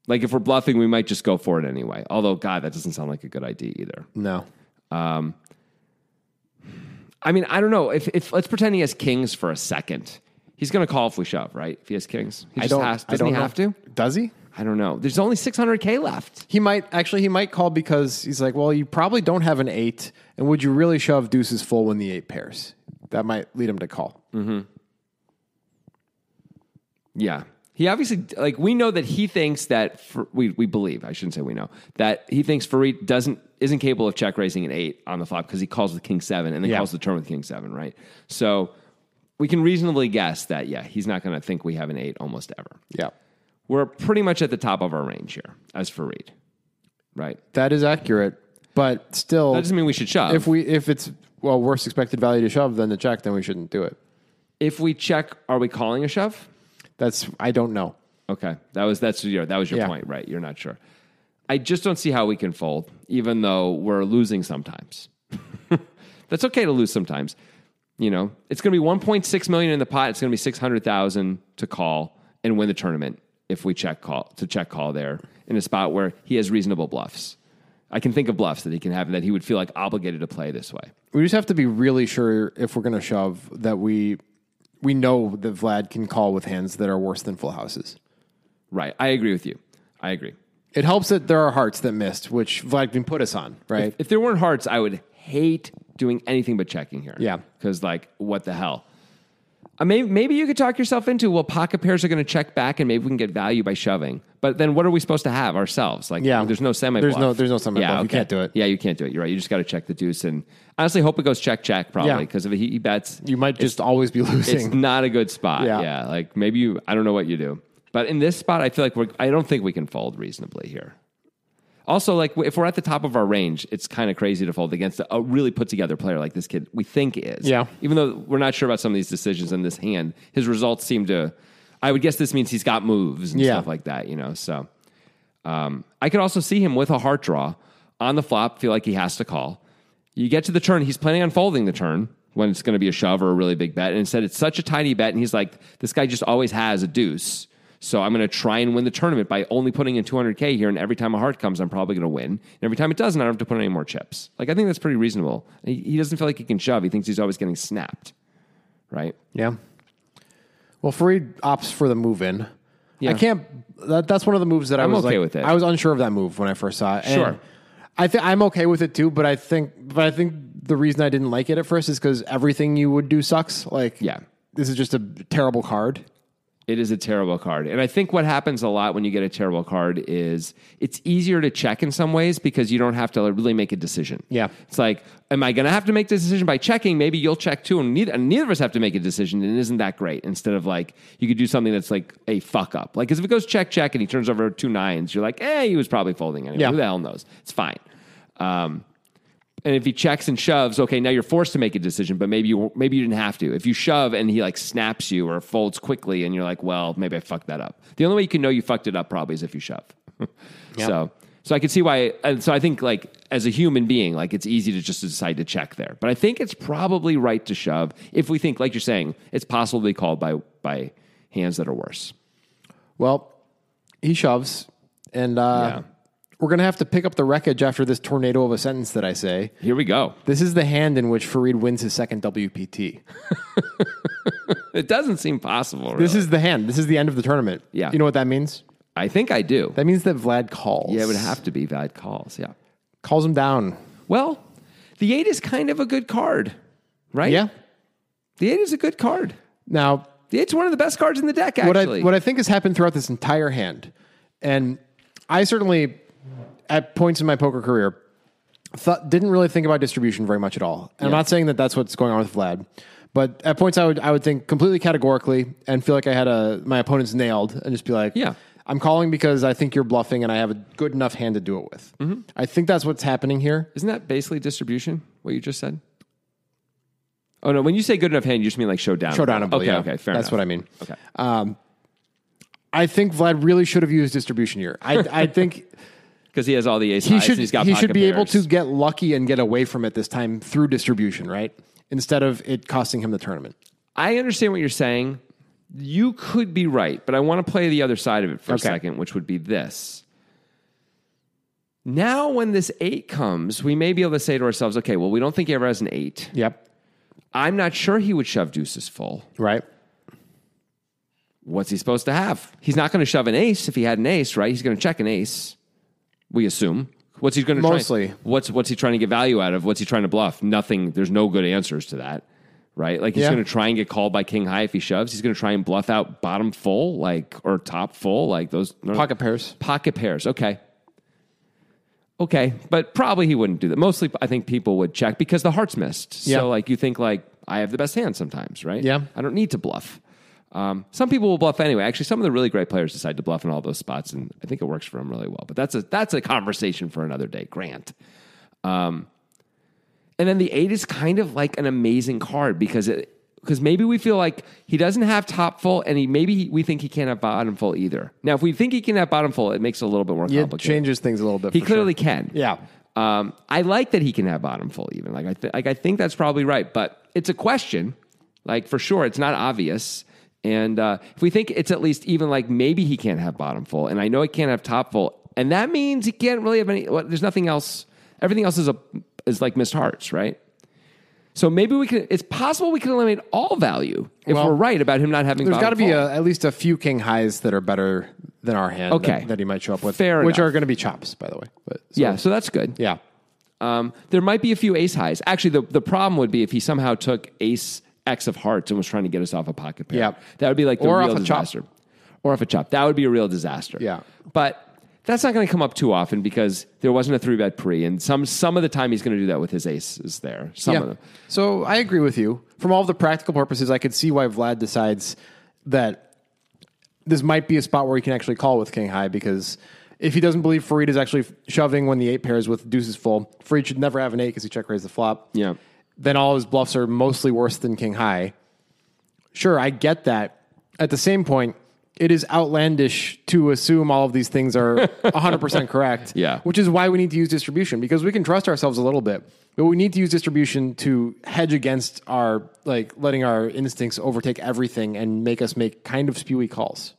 like if we're bluffing, we might just go for it anyway. Although, God, that doesn't sound like a good idea either.
No.
I mean, I don't know if if let's pretend he has kings for a second. He's going to call if we shove, right? If he has kings, he
I
just
don't
has.
I
Doesn't
don't
he
know
have
if-
to?
Does he?
I don't know. There's only 600k left.
He might actually. He might call because he's like, well, you probably don't have an eight, and would you really shove deuces full when the eight pairs? That might lead him to call.
Mm. Yeah. He obviously like we know that he thinks that Fer- we we believe I shouldn't say we know that he thinks Farid doesn't isn't capable of check raising an eight on the flop because he calls with king seven and then
Yeah.
calls the turn with king seven right so we can reasonably guess that yeah he's not going to think we have an eight almost ever
Yeah,
we're pretty much at the top of our range here as Farid right
that is accurate, but still,
that doesn't mean we should shove
if we if it's well worst expected value to shove than to check, then we shouldn't do it.
if we check are we calling a shove
That's I don't know.
Okay, that was that's your that was your
Yeah.
point, right? You're not sure. I just don't see how we can fold, even though we're losing sometimes. that's okay to lose sometimes. You know, it's going to be 1.6 million in the pot. It's going to be 600,000 to call and win the tournament if we check call to check call there in a spot where he has reasonable bluffs. I can think of bluffs that he can have that he would feel like obligated to play this way.
We just have to be really sure if we're going to shove that we we know that Vlad can call with hands that are worse than full houses.
Right. I agree with you. I agree.
It helps that there are hearts that missed, which Vlad can put us on, right?
If there weren't hearts, I would hate doing anything but checking here.
Yeah.
Because, like, what the hell? Uh, maybe, maybe you could talk yourself into, well, pocket pairs are going to check back and maybe we can get value by shoving. But then what are we supposed to have ourselves? Like,
Yeah.
there's no semi
There's no- there's no semi-bluff. You can't do it.
Yeah, you can't do it. You're right. You just got to check the deuce. And honestly, hope it goes check, check, probably.
Yeah.
Because if he, he bets,
you might just always be
it's
losing.
not a good spot. Yeah.
Yeah.
Like, maybe you, I don't know what you do. But in this spot, I feel like we're, I don't think we can fold reasonably here. Also, like if we're at the top of our range, it's kind of crazy to fold against a really put together player like this kid. We think is,
Yeah.
Even though we're not sure about some of these decisions in this hand, his results seem to. I would guess this means he's got moves and
Yeah.
stuff like that, you know. So, um, I could also see him with a heart draw on the flop. Feel like he has to call. You get to the turn. He's planning on folding the turn when it's going to be a shove or a really big bet, and instead it's such a tiny bet, and he's like, "This guy just always has a deuce." So I'm going to try and win the tournament by only putting in 200k here, and every time a heart comes, I'm probably going to win. And every time it doesn't, I don't have to put any more chips. Like I think that's pretty reasonable. He, he doesn't feel like he can shove. He thinks he's always getting snapped, right?
Yeah. Well, Farid opts for the move in.
Yeah.
I can't. That, that's one of the moves that i
I'm
was
okay
like-
with it.
I was unsure of that move when I first saw it. and
Sure.
I think I'm okay with it too, but I think, but I think the reason I didn't like it at first is because everything you would do sucks. Like,
Yeah.
this is just a terrible card.
It is a terrible card. And I think what happens a lot when you get a terrible card is it's easier to check in some ways because you don't have to really make a decision.
Yeah.
It's like, am I going to have to make this decision by checking? Maybe you'll check too. And neither, and neither of us have to make a decision. And isn't that great? Instead of like, you could do something that's like a fuck up. Like, 'cause if it goes check, check, and he turns over two nines, you're like, eh, he was probably folding anyway.
Yeah.
Who the hell knows? It's fine. Um, and if he checks and shoves, okay, now you're forced to make a decision, but maybe you maybe you didn't have to. If you shove and he like snaps you or folds quickly, and you're like, well, maybe I fucked that up. The only way you can know you fucked it up probably is if you shove. So so I could see why. And so I think like as a human being, like it's easy to just decide to check there. But I think it's probably right to shove if we think, like you're saying, it's possibly called by by hands that are worse.
Well, he shoves, and uh,
Yeah.
we're going to have to pick up the wreckage after this tornado of a sentence that I say.
Here we go.
This is the hand in which Farid wins his second WPT.
It doesn't seem possible.
This
really.
is the hand. This is the end of the tournament.
Yeah.
You know what that means?
I think I do.
That means that Vlad calls.
Yeah, it would have to be bad calls. Yeah.
calls him down.
Well, the eight is kind of a good card, right?
Yeah.
The eight is a good card.
Now,
The eight's one of the best cards in the deck,
what I,
actually.
what I think has happened throughout this entire hand, and I certainly, at points in my poker career, thought, didn't really think about distribution very much at all. And I'm
Yeah.
not saying that that's what's going on with Vlad, but at points I would I would think completely categorically and feel like I had a my opponent's nailed and just be like,
Yeah.
I'm calling because I think you're bluffing and I have a good enough hand to do it with.
Mm-hmm.
I think that's what's happening here.
Isn't that basically distribution, what you just said? Oh, no. When you say good enough hand, you just mean like showdown.
Showdownable,
Okay,
yeah.
okay. Fair
That's
enough.
what I mean.
Okay.
I think Vlad really should have used distribution here. I, I think
Because he has all the ace
he
highs
should
and he's got
he should
pocket
be able to
pairs.
get lucky and get away from it this time through distribution, right? Instead of it costing him the tournament.
I understand what you're saying. You could be right, but I want to play the other side of it for
Okay.
a second, which would be this. Now, when this eight comes, we may be able to say to ourselves, okay, well, we don't think he ever has an eight.
Yep.
I'm not sure he would shove deuces full.
Right.
What's he supposed to have? He's not going to shove an ace if he had an ace, right? He's going to check an ace. We assume. What's he going to
Mostly.
Try, what's what's he trying to get value out of? What's he trying to bluff? Nothing. There's no good answers to that, right? Like he's
Yeah.
going to try and get called by king high if he shoves. He's going to try and bluff out bottom full, like or top full, like those
Pocket pairs.
Pocket pairs. Okay. Okay, but probably he wouldn't do that. Mostly, I think people would check because the heart's missed.
Yeah.
So, like, you think like I have the best hand sometimes, right?
Yeah.
I don't need to bluff. Um, some people will bluff anyway. Actually, some of the really great players decide to bluff in all those spots, and I think it works for them really well. But that's a that's a conversation for another day, Grant. And then the eight is kind of like an amazing card because it because maybe we feel like he doesn't have top full, and he maybe we think he can't have bottom full either. Now, if we think he can have bottom full, it makes it a little bit more
It
complicated.
changes things a little bit.
He
for
clearly
sure.
can.
Yeah.
Um, I like that he can have bottom full even. Like I th- like I think that's probably right, but it's a question. Like for sure, it's not obvious. And uh, if we think it's at least even like maybe he can't have bottom full, and I know he can't have top full, and that means he can't really have any. Well, there's nothing else. Everything else is a is like missed hearts, right? So maybe we can. It's possible we can eliminate all value if
Well,
we're right about him not having.
There's
got to
be a, at least a few king highs that are better than our hand.
Okay.
That, that he might show up with.
Fair
Which
enough.
are going to be chops, by the way. But so-
yeah. So that's good.
Yeah.
Um, there might be a few ace highs. Actually, the, the problem would be if he somehow took ace X of hearts and was trying to get us off a pocket pair.
Yep.
That would be like the
Or
real
off a chop.
disaster. Or off a chop. That would be a real disaster.
Yeah.
But that's not going to come up too often because there wasn't a three bet pre, and some some of the time he's going to do that with his ace is there. Some of
Yeah.
them.
So I agree with you. From all the practical purposes, I could see why Vlad decides that this might be a spot where he can actually call with King High because if he doesn't believe Farid is actually shoving when the eight pairs with deuces full, Farid should never have an eight because he check raised the flop.
Yeah.
Then all his bluffs are mostly worse than King High. Sure, I get that. At the same point, it is outlandish to assume all of these things are 100% correct.
Yeah.
Which is why we need to use distribution because we can trust ourselves a little bit, but we need to use distribution to hedge against our, like, letting our instincts overtake everything and make us make kind of spewy calls.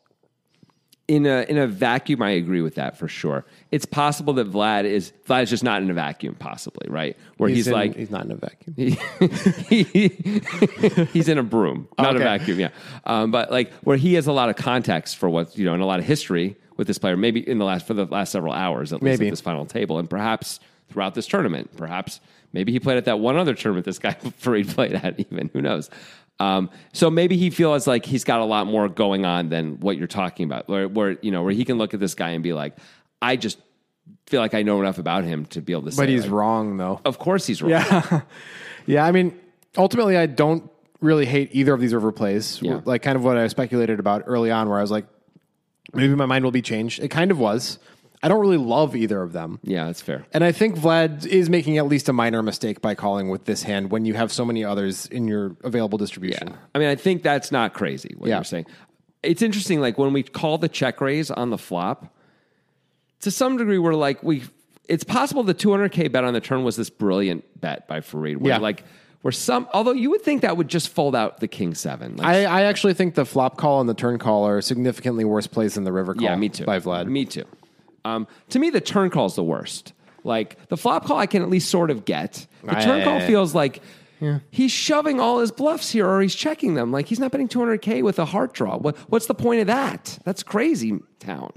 in a in a vacuum, I agree with that for sure. It's possible that Vlad is Vlad is just not in a vacuum, possibly right where he's,
in-
like
he's not in a vacuum.
he's in a broom, not
Okay.
a vacuum. Yeah, um, but like where he has a lot of context for what you know and a lot of history with this player, maybe in the last for the last several hours at least
Maybe.
at this final table, and perhaps throughout this tournament, perhaps Maybe he played at that one other tournament this guy Farid played at, even. Who knows? Um, so maybe he feels like he's got a lot more going on than what you're talking about, where, where you know where he can look at this guy and be like, I just feel like I know enough about him to be able to.
But he's wrong, though.
Of course, he's wrong.
Yeah. yeah. I mean, ultimately, I don't really hate either of these river plays.
Yeah.
Like, kind of what I speculated about early on, where I was like, maybe my mind will be changed. It kind of was. I don't really love either of them.
Yeah, that's fair.
And I think Vlad is making at least a minor mistake by calling with this hand when you have so many others in your available distribution.
I mean, I think that's not crazy what
Yeah.
you're saying. It's interesting, like when we call the check raise on the flop, to some degree, we're like, we. It's possible the 200k bet on the turn was this brilliant bet by Farid. Where
Yeah.
like where some, although you would think that would just fold out the king seven. Like,
I, I actually think the flop call and the turn call are significantly worse plays than the river call
yeah, me too.
by Vlad.
Me too. Um, to me, the turn call's the worst. Like the flop call, I can at least sort of get. The turn call
Right.
feels like he's shoving all his bluffs here, or he's checking them. Like he's not betting 200k with a heart draw. What, what's the point of that? That's crazy town.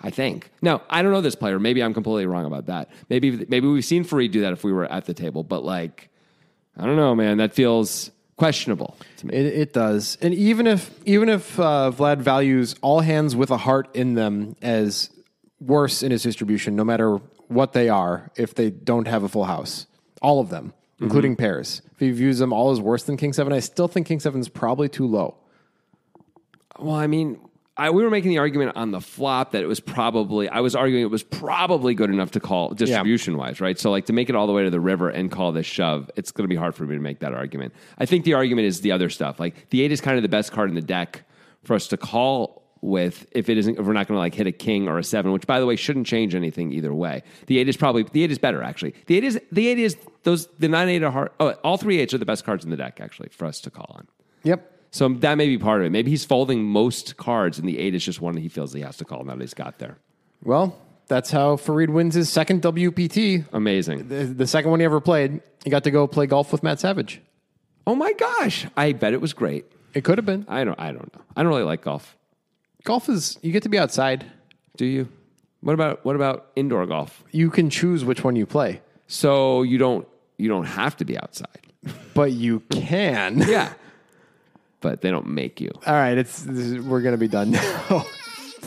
I think. Now, I don't know this player. Maybe I'm completely wrong about that. Maybe maybe we've seen Farid do that if we were at the table. But like, I don't know, man. That feels questionable to me.
It, it does, and even if even if uh, Vlad values all hands with a heart in them as worse in his distribution, no matter what they are, if they don't have a full house, all of them, including pairs, if he views them all as worse than King Seven, I still think King Seven's probably too low.
Well, I mean, I, we were making the argument on the flop that it was probably, I was arguing it was probably good enough to call distribution wise, right? So, like, to make it all the way to the river and call this shove, it's going to be hard for me to make that argument. I think the argument is the other stuff. Like, the eight is kind of the best card in the deck for us to call with if it isn't if we're not going to like hit a king or a seven which by the way shouldn't change anything either way the eight is probably the eight is better actually the eight is the eight is those the nine eight are hard oh all three eights are the best cards in the deck actually for us to call on
Yep.
so that may be part of it. Maybe he's folding most cards, and the eight is just one he feels he has to call now that he's got there.
Well, that's how Farid wins his second WPT,
Amazing.
the, the second one he ever played. He got to go play golf with Matt Savage.
Oh my gosh! I bet it was great.
It could have been
I don't. I don't know. I don't really like golf.
golf is you get to be outside.
Do you? What about what about indoor golf?
You can choose which one you play,
So you don't you don't have to be outside.
but you can.
Yeah, but they don't make you.
All right, it's this is- we're gonna be done now.